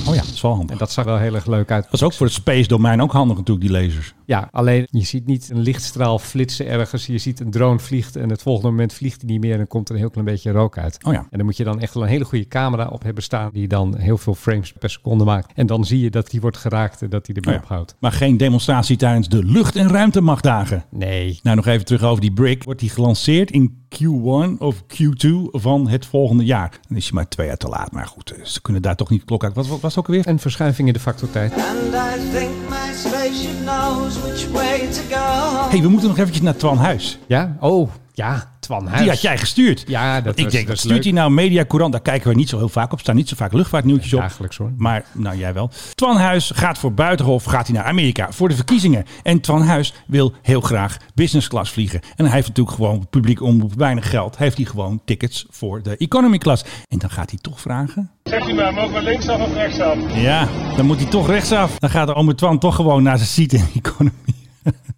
A: Oh ja, dat is wel handig.
B: En dat zag wel heel erg leuk uit.
A: Dat is ook voor het space domein ook handig natuurlijk, die lasers.
B: Ja, alleen je ziet niet een lichtstraal flitsen ergens. Je ziet een drone vliegt en het volgende moment vliegt hij niet meer en dan komt er een heel klein beetje rook uit.
A: Oh ja.
B: En dan moet je dan echt wel een hele goede camera op hebben staan die dan heel veel frames per seconde maakt. En dan zie je dat die wordt geraakt en dat die ermee
A: Oh ja.
B: ophoudt.
A: Maar geen demonstratie tijdens de lucht- en ruimtemachtdagen.
B: Nee.
A: Nou, nog even terug over die brick. Wordt die gelanceerd in Q1 of Q2 van het volgende jaar? Dan is je maar twee jaar te laat. Maar goed, eh, ze kunnen daar toch niet de klok uit. Wat wat was het ook alweer?
B: Een verschuiving in de factor tijd.
G: And I think my spaceship knows which way to go.
A: hey, we moeten nog eventjes naar Twan Huis.
B: Ja? Oh, ja. Twan Huis.
A: Die had jij gestuurd.
B: Ja, dat
A: Want ik denk,
B: was- dat
A: dat
B: is
A: stuurt
B: leuk.
A: hij nou Media Courant? Daar kijken we niet zo heel vaak op. Staan niet zo vaak luchtvaartnieuwtjes op.
B: Dagelijks hoor.
A: Maar, nou jij wel. Twan Huis gaat voor Buitenhof, gaat hij naar Amerika voor de verkiezingen. En Twan Huis wil heel graag business class vliegen. En hij heeft natuurlijk gewoon publiek omroep, weinig geld. Heeft hij gewoon tickets voor de economy class. En dan gaat hij toch vragen.
H: Zegt u maar, mogen we linksaf of rechtsaf?
A: Ja, dan moet hij toch rechtsaf. Dan gaat de ome Twan toch gewoon naar zijn seat in de economy.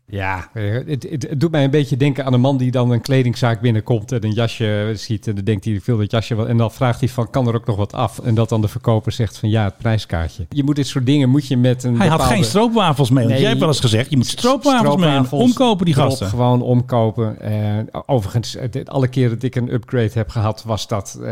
B: Ja, eh, het, het, het doet mij een beetje denken aan een man die dan een kledingzaak binnenkomt en een jasje ziet. En dan denkt hij, ik wil dat jasje wel. En dan vraagt hij van, kan er ook nog wat af? En dat dan de verkoper zegt van, ja, het prijskaartje. Je moet dit soort dingen, moet je met een
A: Hij had
B: bepaalde...
A: geen stroopwafels mee. want
B: Nee.
A: jij hebt wel eens gezegd, je moet stroopwafels, mee.
B: Stroopwafels,
A: en Omkopen die
B: erop
A: gasten.
B: Gewoon omkopen. Eh, overigens, eh, dit- alle keren dat ik een upgrade heb gehad, was dat eh,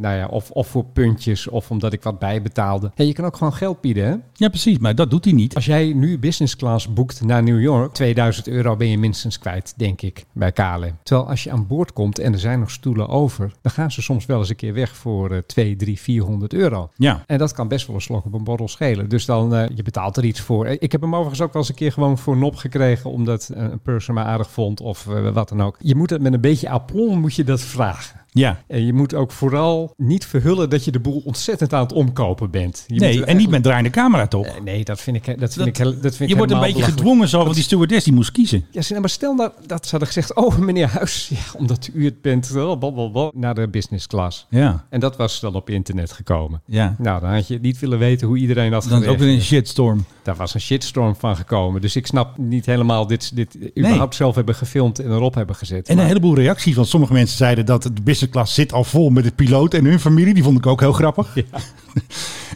B: nou ja, of, of voor puntjes of omdat ik wat bijbetaalde. Ja, je kan ook gewoon geld bieden. Hè?
A: Ja, precies. Maar dat doet hij niet.
B: Als jij nu business class boekt naar New York, 2000 euro ben je minstens kwijt, denk ik, bij KLM. Terwijl als je aan boord komt en er zijn nog stoelen over, dan gaan ze soms wel eens een keer weg voor eh 2, 3, 400 euro.
A: Ja.
B: En dat kan best wel een slok op een borrel schelen. Dus dan, eh, je betaalt er iets voor. Eh, Ik heb hem overigens ook wel eens een keer gewoon voor nop gekregen, omdat eh, een person me aardig vond of eh, wat dan ook. Je moet het met een beetje aplomb moet je dat vragen.
A: Ja.
B: En je moet ook vooral niet verhullen dat je de boel ontzettend aan het omkopen bent. Je moet
A: Nee,
B: er
A: en niet met draaiende camera toch?
B: eh, Nee, dat vind ik. Dat vind
A: Dat-
B: ik, heel- dat vind
A: je wordt een
B: ik helemaal
A: beetje
B: belachelijk.
A: gedwongen zo, want die stewardess die moest kiezen.
B: Ja, ze- nou, maar stel nou dat ze hadden gezegd: Oh, meneer Huis, ja, omdat u het bent, eh, blablabla, naar de business class.
A: Ja,
B: En dat was dan op internet gekomen.
A: ja.
B: Nou, dan had je niet willen weten hoe iedereen dat
A: Dan is ook weer een
B: gereageerd.
A: shitstorm.
B: Daar was een shitstorm van gekomen. Dus ik snap niet helemaal dit, dit überhaupt zelf hebben gefilmd en erop hebben gezet.
A: En
B: Maar-
A: een heleboel reacties, want sommige mensen zeiden dat de business class zit al vol met de piloot en hun familie. Die vond ik ook heel grappig.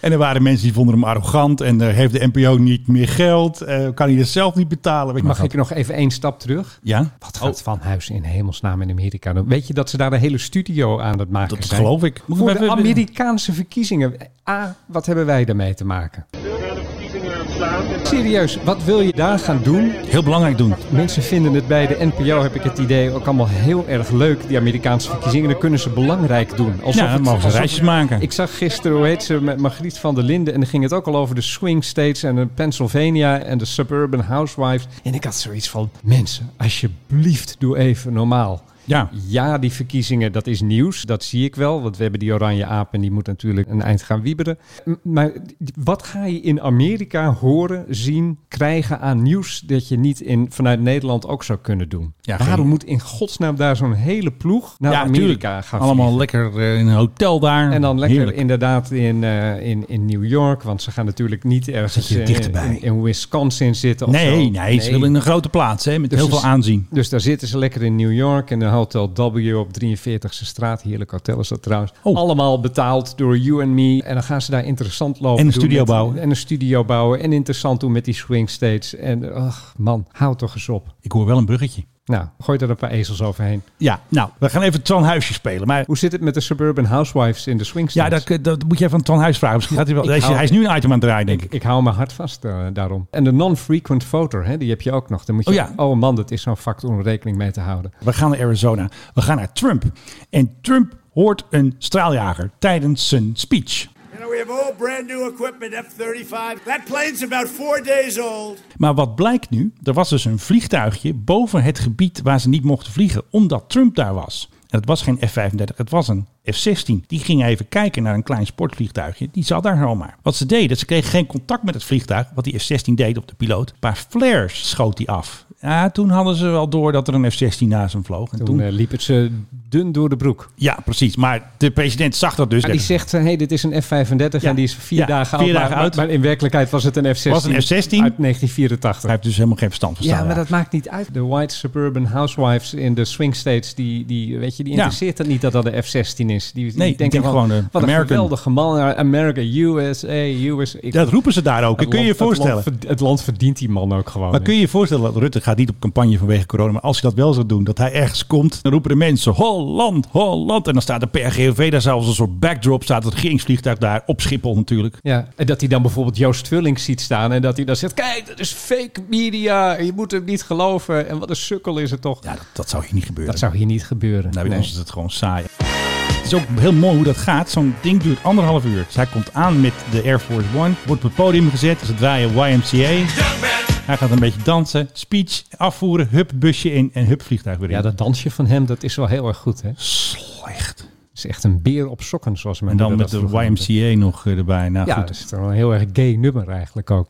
A: En er waren mensen die vonden hem arrogant en eh, heeft de NPO niet meer geld. eh, kan hij dat zelf niet betalen? Weet je
B: Mag
A: wat.
B: ik nog even één stap terug?
A: Ja, Oh,
B: Wat gaat Van Huis in hemelsnaam in Amerika doen? Weet je dat ze daar een hele studio aan het maken
A: dat
B: zijn?
A: geloof ik. Moet ik
B: Voor
A: hem
B: de
A: even-
B: Amerikaanse verkiezingen. A, wat hebben wij daarmee te maken?
H: naar de verkiezingen staan.
B: Serieus, wat wil je daar gaan doen?
A: Heel belangrijk doen.
B: Mensen vinden het bij de NPO, heb ik het idee, ook allemaal heel erg leuk, die Amerikaanse verkiezingen. Dan kunnen ze belangrijk doen. Alsof
A: Ja,
B: het-
A: dan mogen ze
B: alsof-
A: reisjes maken.
B: Ik zag gisteren, hoe heet ze, met Margriet van der Linden. En dan ging het ook al over de swing states en de Pennsylvania en de suburban housewives. En ik had zoiets van, mensen, alsjeblieft, doe even normaal.
A: ja.
B: Ja, die verkiezingen, dat is nieuws. Dat zie ik wel. Want we hebben die oranje aap en die moet natuurlijk een eind gaan wieberen. M- Maar d- wat ga je in Amerika horen, zien, krijgen aan nieuws... dat je niet in, vanuit Nederland ook zou kunnen doen?
A: Ja,
B: Waarom
A: geen-
B: moet in godsnaam daar zo'n hele ploeg naar Amerika
A: tuurlijk.
B: gaan
A: Allemaal
B: vliegen?
A: lekker eh, in een hotel daar.
B: En dan lekker
A: Heerlijk.
B: inderdaad in, eh, in, in New York. Want ze gaan natuurlijk niet ergens
A: Zit je
B: eh,
A: dichterbij.
B: in, in Wisconsin zitten. Of
A: Nee,
B: zo.
A: nee, ze willen in een grote plaats hè, met
B: Dus
A: heel
B: ze-
A: veel aanzien.
B: Dus daar zitten ze lekker in New York in een Hotel W op 43e straat. Heerlijk hotel is dat trouwens.
A: Oh.
B: Allemaal betaald door You and Me. En dan gaan ze daar interessant lopen.
A: En een
B: doen
A: studio
B: met-
A: bouwen.
B: En een studio bouwen. En interessant doen met die swing states. En ach man, hou toch eens op.
A: Ik hoor wel een bruggetje.
B: Nou, gooi er een paar ezels overheen.
A: Ja, nou, we gaan even Twan Huisje spelen. Maar
B: Hoe zit het met de suburban housewives in de swing
A: ja,
B: states?
A: dat, dat moet jij van Twan Huis vragen. Misschien gaat hij wel.
B: Ik
A: Hij is,
B: hou-
A: hij is nu een item aan het draaien, denk ik.
B: Ik hou me hard vast eh, daarom. En de non-frequent voter, hè, die heb je ook nog. Dan moet je,
A: Oh ja.
B: oh man, dat is zo'n factor om rekening mee te houden.
A: We gaan naar Arizona. We gaan naar Trump. En Trump hoort een straaljager tijdens zijn speech.
I: You know, we have all brand new equipment, F 35. That plane's about four days old.
A: Maar wat blijkt nu? Er was dus een vliegtuigje boven het gebied waar ze niet mochten vliegen, omdat Trump daar was. En het was geen F-35, het was een F-16. Die ging even kijken naar een klein sportvliegtuigje. Die zat daar zomaar. Wat ze deden, ze kregen geen contact met het vliegtuig. Wat die F-16 deed op de piloot. Een paar flares schoot die af. Ja, toen hadden ze wel door dat er een F-16 naast hem vloog. En
B: Toen,
A: toen,
B: eh, liep het ze dun door de broek.
A: ja, precies. Maar de president zag dat dus.
B: Maar die zegt, hé, hey, dit is een F-35
A: Ja,
B: en die is vier
A: ja, vier
B: dagen oud. maar-
A: dagen
B: maar,
A: oud.
B: maar in werkelijkheid was het een F-16.
A: Was een F-16.
B: Uit 1984.
A: Hij heeft dus helemaal geen verstand van
B: ja, maar
A: straaljager.
B: dat maakt niet uit. De white suburban housewives in de swing states, die, die, weet je, die
A: Ja.
B: interesseert het niet dat dat een F-16 is. Die,
A: Nee,
B: die denken
A: denk
B: gewoon,
A: gewoon, eh,
B: wat
A: American.
B: een geweldige man. eh, America, USA, USA. Ik-
A: Dat roepen ze daar ook.
B: het
A: Dat kun je je
B: land-
A: voorstellen.
B: Het land, verd- het land verdient die man ook gewoon.
A: Maar kun je je voorstellen dat Rutte gaat niet op campagne vanwege corona. Maar als hij dat wel zou doen, dat hij ergens komt. Dan roepen de mensen Holland, Holland. En dan staat de PRGOV daar zelfs een soort backdrop. Staat het regeringsvliegtuig daar op Schiphol natuurlijk.
B: Ja, en dat hij dan bijvoorbeeld Joost Vullings ziet staan en dat hij dan zegt, kijk, dat is fake media, je moet hem niet geloven. En wat een sukkel is het toch.
A: Ja, dat, dat zou hier niet gebeuren.
B: Dat zou hier niet gebeuren.
A: Nou, bij
B: Nee.
A: ons is het gewoon saai. Het is ook heel mooi hoe dat gaat. Zo'n ding duurt anderhalf uur. Dus hij komt aan met de Air Force One. Wordt op het podium gezet. Ze draaien YMCA. Hij gaat een beetje dansen. Speech afvoeren. Hup, busje in. En hup, vliegtuig weer in.
B: Ja, dat dansje van hem, dat is wel heel erg goed, hè? Het
A: Slecht.
B: is echt een beer op sokken, zoals mijn
A: En dan
B: moeder
A: met
B: dat
A: de
B: vroeger noemde.
A: YMCA nog eh, erbij. Nou,
B: Ja,
A: goed.
B: dat is toch wel een heel erg gay nummer eigenlijk ook.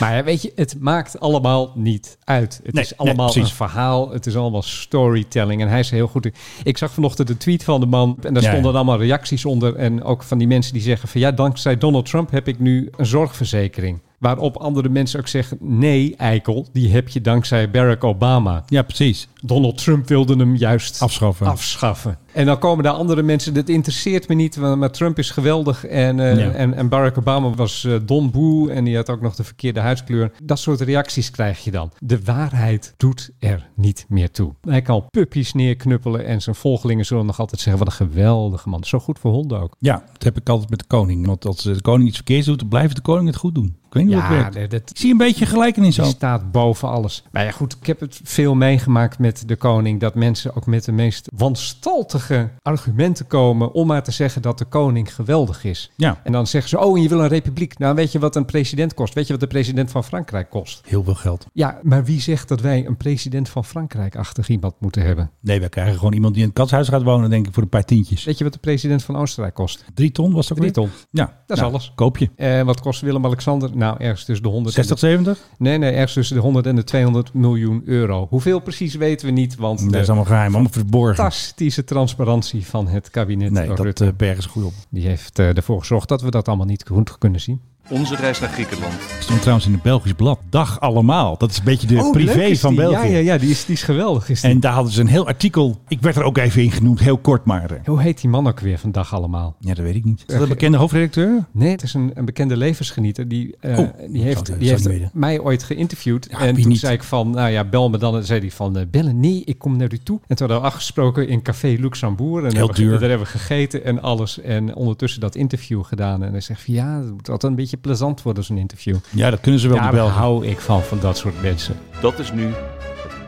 B: Maar ja, weet je, het maakt allemaal niet uit. Het
A: Nee,
B: is allemaal
A: nee, precies.
B: een verhaal. Het is allemaal storytelling. En hij is heel goed. in- Ik zag vanochtend een tweet van de man. En daar
A: Ja, ja.
B: stonden allemaal reacties onder. En ook van die mensen die zeggen van... Ja, dankzij Donald Trump heb ik nu een zorgverzekering. Waarop andere mensen ook zeggen, nee eikel, die heb je dankzij Barack Obama.
A: Ja, precies.
B: Donald Trump wilde hem juist
A: Afschaffen.
B: afschaffen. En dan komen daar andere mensen, dat interesseert me niet, want- maar Trump is geweldig. En, eh,
A: Ja.
B: en, en Barack Obama was eh, Don Boe en die had ook nog de verkeerde huidskleur. Dat soort reacties krijg je dan. De waarheid doet er niet meer toe. Hij kan puppies neerknuppelen en zijn volgelingen zullen nog altijd zeggen, wat een geweldige man. Zo goed voor honden ook.
A: Ja, dat heb ik altijd met de koning. Want als de koning iets verkeerds doet, dan blijft de koning het goed doen. Ik weet niet hoe het werkt.
B: nee, dat,
A: Ik zie een beetje gelijkenis
B: Die
A: al.
B: staat boven alles. Maar ja, goed, ik heb het veel meegemaakt met de koning. Dat mensen ook met de meest wanstaltige argumenten komen. om maar te zeggen dat de koning geweldig is.
A: Ja.
B: En dan zeggen ze: Oh, en je wil een republiek. Nou, weet je wat een president kost? Weet je wat de president van Frankrijk kost?
A: Heel veel geld.
B: Ja, maar wie zegt dat wij een president van Frankrijk-achtig iemand moeten hebben?
A: Nee, we krijgen gewoon iemand die in het katshuis gaat wonen, denk ik, voor een paar tientjes.
B: Weet je wat de president van Oostenrijk kost?
A: Drie ton was dat ook
B: Drie
A: weer?
B: ton.
A: Ja,
B: Dat is
A: Nou,
B: alles.
A: Koop je.
B: En wat kost Willem-Alexander? Nou, ergens tussen de 100 en de
A: 60, 70?
B: Nee, nee, ergens tussen de 100 en de 200 miljoen euro. Hoeveel precies weten we niet, want
A: Dat
B: de
A: is allemaal geheim, allemaal verborgen.
B: fantastische transparantie van het kabinet
A: Nee, dat
B: Rutte.
A: eh berg is goed op.
B: Die heeft eh, ervoor gezorgd dat we dat allemaal niet goed kunnen zien.
J: Onze reis naar Griekenland.
A: Ik stond trouwens in het Belgisch blad. Dag allemaal. Dat is een beetje de
B: Oh, leuk
A: privé
B: is
A: van
B: die.
A: België.
B: Ja, ja, ja die, is, die is geweldig. Is die.
A: En daar hadden ze een heel artikel. Ik werd er ook even in genoemd, heel kort maar. eh.
B: Hoe heet die man ook weer vandaag allemaal?
A: Ja, dat weet ik niet. Is dat een bekende hoofdredacteur?
B: Nee, het is een, een bekende levensgenieter. Die, eh,
A: Oh,
B: die
A: zou-
B: heeft,
A: zou
B: die
A: niet weten.
B: heeft mij ooit geïnterviewd. en
A: wie
B: toen
A: niet?
B: zei ik van, nou ja, bel me dan. En zei hij van, eh, bellen? Nee, ik kom naar u toe. En toen hadden we afgesproken in Café Luxembourg. En
A: Heel
B: hebben we-
A: duur.
B: daar hebben we gegeten en alles. En ondertussen dat interview gedaan. En hij zegt van, ja, het moet altijd een beetje plezant worden, zo'n interview.
A: Ja, dat kunnen ze wel, de
B: Daar
A: Belgen.
B: hou ik van, van dat soort mensen.
J: Dat is nu het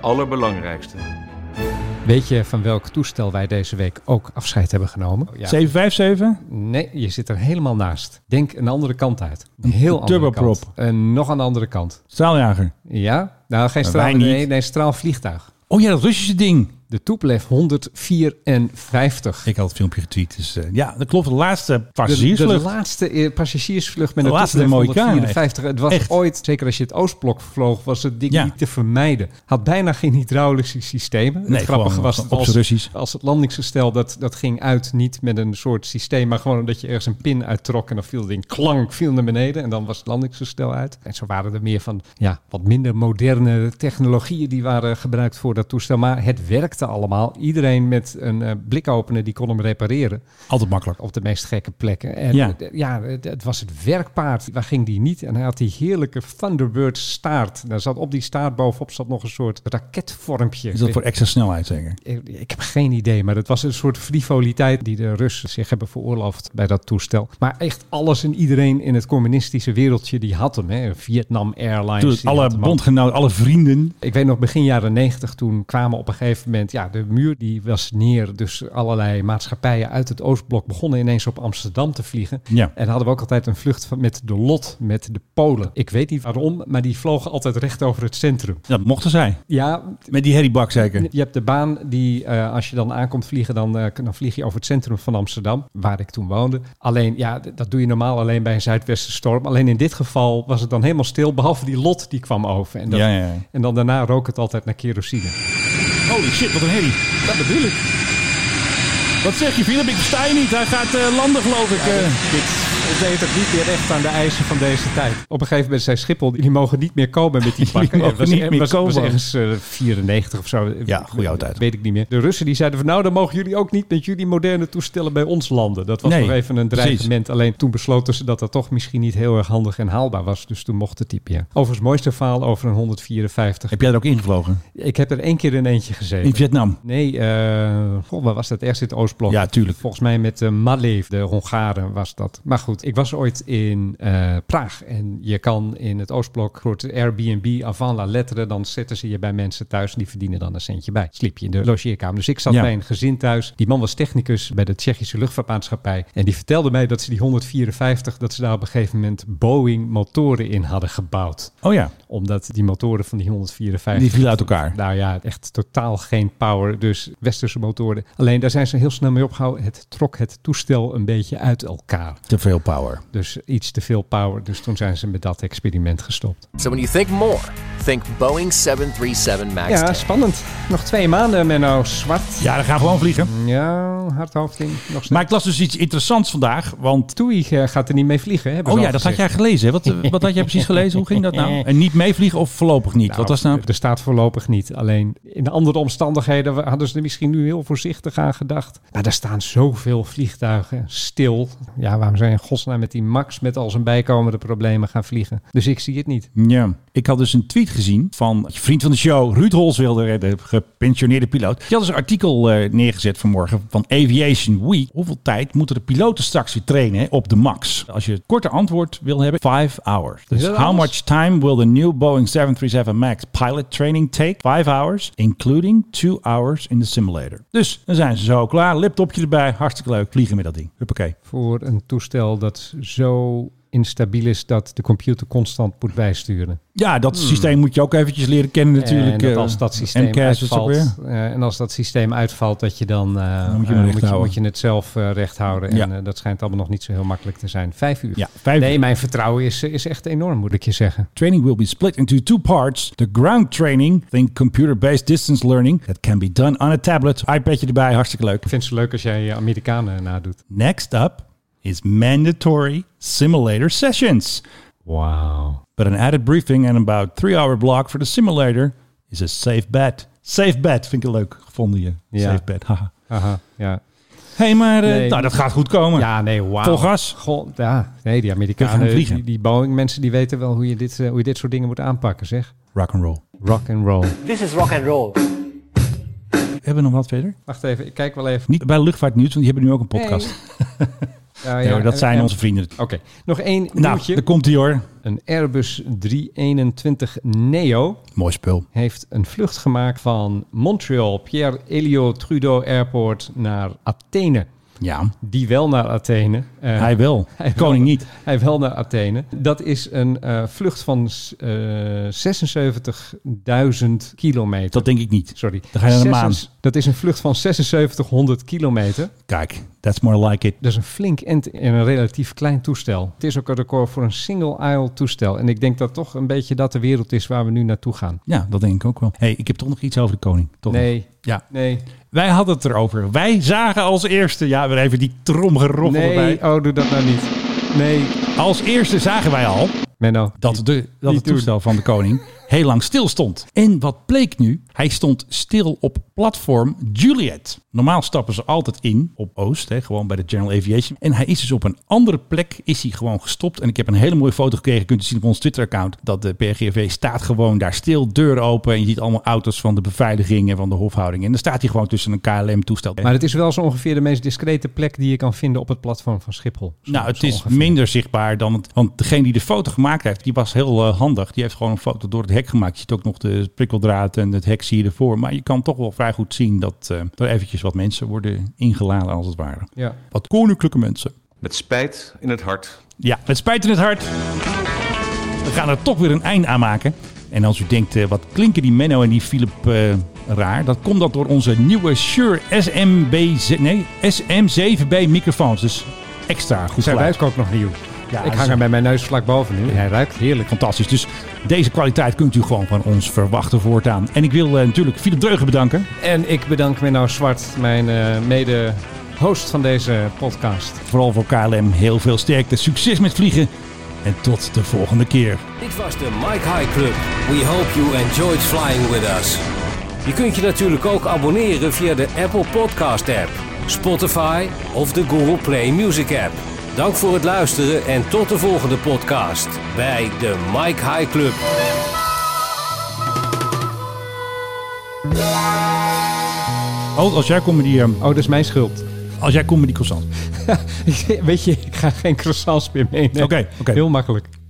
J: allerbelangrijkste.
B: Weet je van welk toestel wij deze week ook afscheid hebben genomen?
A: Oh,
B: Ja.
A: 757?
B: Nee, je zit er helemaal naast. Denk een andere kant uit. Een heel andere
A: turboprop.
B: kant. Een nog een andere kant.
A: Straaljager.
B: Ja? Nou, geen straal,
A: wij niet.
B: nee, nee, straalvliegtuig.
A: Oh ja, dat Russische ding.
B: De Tupolev 154.
A: Ik had het filmpje getweet. Dus eh, ja, dat klopt. De laatste
B: De, de
A: passagiersvlucht.
B: laatste eh, passagiersvlucht met
A: De
B: een
A: laatste
B: Tupolev
A: de Mohikaan,
B: 154. Het was
A: Echt.
B: ooit, zeker als je het Oostblok vloog, was het ding
A: Ja.
B: niet te vermijden. Had bijna geen hydraulische systemen.
A: Nee,
B: het grappige
A: gewoon
B: was
A: op
B: dat als,
A: z'n Russisch.
B: als het landingsgestel, dat, dat ging uit niet met een soort systeem, maar gewoon dat je ergens een pin uittrok en dan viel het ding klank, viel naar beneden en dan was het landingsgestel uit. En zo waren er meer van, ja, wat minder moderne technologieën die waren gebruikt voor dat toestel, maar het werkte allemaal. Iedereen met een eh, blikopener, die kon hem repareren
A: Altijd makkelijk.
B: op de meest gekke plekken. En
A: Ja.
B: ja, ja het, het was het werkpaard. Waar ging die niet? En hij had die heerlijke Thunderbird staart. Daar zat op die staart bovenop zat nog een soort raketvormpje.
A: Is dat voor extra snelheid zeker?
B: Ik- Ik heb geen idee, maar dat was een soort frivoliteit die de Russen zich hebben veroorloofd bij dat toestel. Maar echt alles en iedereen in het communistische wereldje die had hem. Hè. Vietnam Airlines.
A: Toen
B: die had
A: alle
B: hem ook.
A: bondgenoten, alle vrienden.
B: Ik weet nog, begin jaren 90 toen kwamen op een gegeven moment... ja, de muur die was neer. Dus allerlei maatschappijen uit het Oostblok... begonnen ineens op Amsterdam te vliegen.
A: Ja.
B: En hadden we ook altijd een vlucht van, met de Lot, met de Polen. Ik weet niet waarom, maar die vlogen altijd recht over het centrum.
A: Dat mochten zij.
B: Ja,
A: Met die herriebak zeker.
B: je hebt de baan die, eh, als je dan aankomt vliegen, dan, eh, dan vlieg je over het centrum van Amsterdam, waar ik toen woonde. Alleen, ja, d- dat doe je normaal alleen bij een zuidwestenstorm. Alleen in dit geval was het dan helemaal stil, behalve die lot die kwam over. En, dat-
A: Ja, ja, ja.
B: en dan daarna rook het altijd naar kerosine.
A: Holy shit, wat een herrie. Dat bedoel ik. Wat zeg je, Philip? Ik versta je niet. Hij gaat eh, landen, geloof ik. eh.
B: Het deed het niet meer echt aan de eisen van deze tijd. Op een gegeven moment zei Schiphol, die mogen niet meer komen met die
A: Die
B: pakken.
A: mogen
B: Het was,
A: niet
B: het
A: meer
B: was, het was
A: komen.
B: ergens eh, 94 of zo.
A: Ja, goede oude tijd.
B: Weet ik niet meer. De Russen die zeiden van nou, dan mogen jullie ook niet met jullie moderne toestellen bij ons landen. Dat was
A: Nee,
B: nog even een
A: precies.
B: dreigement. Alleen toen besloten ze dat dat toch misschien niet heel erg handig en haalbaar was. Dus toen mocht het type ja. Overigens, mooiste verhaal over een 154.
A: Heb jij er ook ingevlogen?
B: Ik heb er één keer in eentje gezeten.
A: In Vietnam?
B: Nee, eh god, waar was dat? Ergens in het Oostblok.
A: Ja, tuurlijk.
B: Volgens mij met de Malev, de Hongaren, was dat. Maar goed, ik was ooit in eh, Praag. En je kan in het Oostblok, voor het Airbnb, avant la lettre, dan zetten ze je bij mensen thuis. en Die verdienen dan een centje bij. Sliep je in de logeerkamer. Dus ik zat
A: Ja.
B: bij een gezin thuis. Die man was technicus bij de Tsjechische luchtvaartmaatschappij. En die vertelde mij dat ze die 154, dat ze daar op een gegeven moment Boeing motoren in hadden gebouwd.
A: Oh ja,
B: Omdat die motoren van die 154...
A: die viel uit elkaar.
B: Nou ja, echt totaal geen power. Dus westerse motoren. Alleen daar zijn ze heel snel mee opgehouden. Het trok het toestel een beetje uit elkaar.
A: Te veel power.
B: Dus iets te veel power. Dus toen zijn ze met dat experiment gestopt.
K: So when you think more, think Boeing 737 MAX
B: Ja, spannend. Nog twee maanden, Menno. Zwart.
A: Ja, dan gaan we gewoon vliegen.
B: Ja, zo'n hard hoofd in. Nog steeds.
A: Maar ik las dus iets interessants vandaag, want...
B: Tui eh, gaat er niet mee vliegen. Hebben ze
A: Oh
B: al
A: ja, dat had
B: gezegd.
A: jij gelezen. hè? Wat, eh, wat had jij precies gelezen? Hoe ging dat nou? En niet meevliegen of voorlopig niet? wat was nou...
B: Er staat voorlopig niet. Alleen in andere omstandigheden hadden ze er misschien nu heel voorzichtig aan gedacht. Maar er staan zoveel vliegtuigen stil. Ja, waarom zijn in godsnaam met die Max met al zijn bijkomende problemen gaan vliegen? Dus ik zie het niet.
A: Ja, ik had dus een tweet gezien van je vriend van de show, Ruud Holswilder, de gepensioneerde piloot. Die had dus een artikel eh, neergezet vanmorgen van Aviation Week. Hoeveel tijd moeten de piloten straks weer trainen hè, op de MAX? Als je het korte antwoord wil hebben, 5 hours. Dus
B: dat
A: how
B: alles?
A: much time will the new Boeing 737 MAX pilot training take? 5 hours, including 2 hours in the simulator. Dus dan zijn ze zo klaar, laptopje erbij, hartstikke leuk, vliegen met dat ding. Huppakee.
B: Voor een toestel dat zo instabiel is dat de computer constant moet bijsturen.
A: Ja, dat systeem moet je ook eventjes leren kennen natuurlijk.
B: Hmm. en dat
A: eh,
B: als dat systeem
A: MCAS is het ook
B: uitvalt,
A: weer.
B: eh, en als dat systeem uitvalt, dat je dan, eh,
A: Dan moet je hem
B: eh,
A: recht houden.
B: moet je het zelf eh, recht houden.
A: Ja.
B: En eh, dat schijnt allemaal nog niet zo heel makkelijk te zijn. Vijf uur.
A: Ja, vijf
B: nee,
A: uur.
B: mijn vertrouwen is, is echt enorm, moet ik je zeggen.
A: Training will be split into two parts. The ground training, think computer-based distance learning, that can be done on a tablet. iPadje erbij, hartstikke leuk.
B: Ik vind het zo leuk als jij eh, Amerikanen nadoet.
A: Next up is mandatory simulator sessions.
B: Wauw.
A: But an added briefing and about three-hour block for the simulator is a safe bet. Safe bet, vind ik leuk gevonden je.
B: Ja.
A: Safe bet, haha.
B: Aha, ja.
A: hey, maar eh,
B: Nee.
A: nou, dat gaat goed komen.
B: Ja, nee, wauw.
A: Vol gas.
B: Goh, ja, nee, die
A: Kunnen
B: Amerikanen,
A: gaan vliegen.
B: die, die Boeing mensen, die weten wel hoe je, dit, eh, hoe je dit soort dingen moet aanpakken, zeg.
A: Rock and roll.
B: Rock and roll.
A: Hebben we nog wat verder?
B: Wacht even, ik kijk wel even.
A: Niet bij luchtvaartnieuws, want die hebben nu ook een podcast.
B: Ja,
A: Nee, hoor, dat zijn
B: en-
A: onze vrienden.
B: Oké, nog één
A: Nou,
B: nieuwtje.
A: daar komt hij hoor.
B: Een Airbus 321 Neo
A: Mooi spul.
B: heeft een vlucht gemaakt van Montreal, Pierre Elio Trudeau Airport naar Athene.
A: Ja,
B: Die wel naar Athene. Eh,
A: hij wel.
B: hij wel-
A: Koning niet.
B: Hij wel naar Athene. Dat is een eh, vlucht van s- eh 76.000 kilometer.
A: Dat denk ik niet.
B: Sorry.
A: Dan ga je naar de maan.
B: Zesens- Dat is een vlucht van 7600 kilometer.
A: Kijk, that's more like it.
B: Dat is een flink end in een relatief klein toestel. Het is ook een record voor een single-aisle toestel. En ik denk dat toch een beetje dat de wereld is waar we nu naartoe gaan.
A: Ja, dat denk ik ook wel. hey, ik heb toch nog iets over de koning. Toch nog.
B: Nee,
A: Ja.
B: nee,
A: Wij hadden het erover. Wij zagen als eerste... Ja, weer even die tromgeroffel erbij.
B: nee. Oh, doe dat nou niet. Nee,
A: Als eerste zagen wij al...
B: Menno.
A: dat, de, dat het
B: doen.
A: toestel van de koning heel lang stil stond. En wat bleek nu? Hij stond stil op platform Juliet. Normaal stappen ze altijd in op Oost, hè, gewoon bij de General Aviation. En hij is dus op een andere plek is hij gewoon gestopt. En ik heb een hele mooie foto gekregen, kunt u zien op ons Twitter-account, dat de PRGV staat gewoon daar stil, deuren open. En je ziet allemaal auto's van de beveiliging en van de hofhouding. En dan staat hij gewoon tussen een KLM-toestel.
B: Maar het is wel zo ongeveer de meest discrete plek die je kan vinden op het platform van Schiphol. Zo-
A: Nou, het
B: zo
A: is
B: ongeveer.
A: minder zichtbaar dan het. Want degene die de foto gemaakt heeft, die was heel eh, handig. Die heeft gewoon een foto door het hek gemaakt. Je ziet ook nog de prikkeldraad en het hek zie je ervoor. Maar je kan toch wel vrij goed zien dat eh, er eventjes wat mensen worden ingeladen, als het ware.
B: Ja.
A: Wat koninklijke mensen.
J: Met spijt in het hart.
A: Ja, met spijt in het hart. We gaan er toch weer een eind aan maken. En als u denkt, eh, wat klinken die Menno en die Philip eh, raar? Dat komt dat door onze nieuwe Shure SMB, nee, SM7B microfoons. Dus extra goed
B: Zijn
A: geluid.
B: ruikt ook nog nieuw.
A: Ja,
B: ik
A: dat
B: hang
A: is-
B: er bij mijn neus vlak boven nu. Hij ruikt heerlijk.
A: Fantastisch. Dus deze kwaliteit kunt u gewoon van ons verwachten voortaan. En ik wil eh, natuurlijk Philip Dreugen bedanken.
B: En ik bedank Menno Zwart, mijn eh, mede-host van deze podcast.
A: Vooral voor KLM heel veel sterkte. Succes met vliegen. En tot de volgende keer.
E: Dit was de Mike High Club. We hope you enjoyed flying with us. Je kunt je natuurlijk ook abonneren via de Apple Podcast app, Spotify of de Google Play Music app. Dank voor het luisteren en tot de volgende podcast bij de Mike High Club.
A: Oh, als jij comedy, eh,
B: Oh, dat is mijn schuld.
A: als jij comedy croissant.
B: Weet je, ik ga geen croissants meer meenemen.
A: Oké, oké.
B: Heel makkelijk.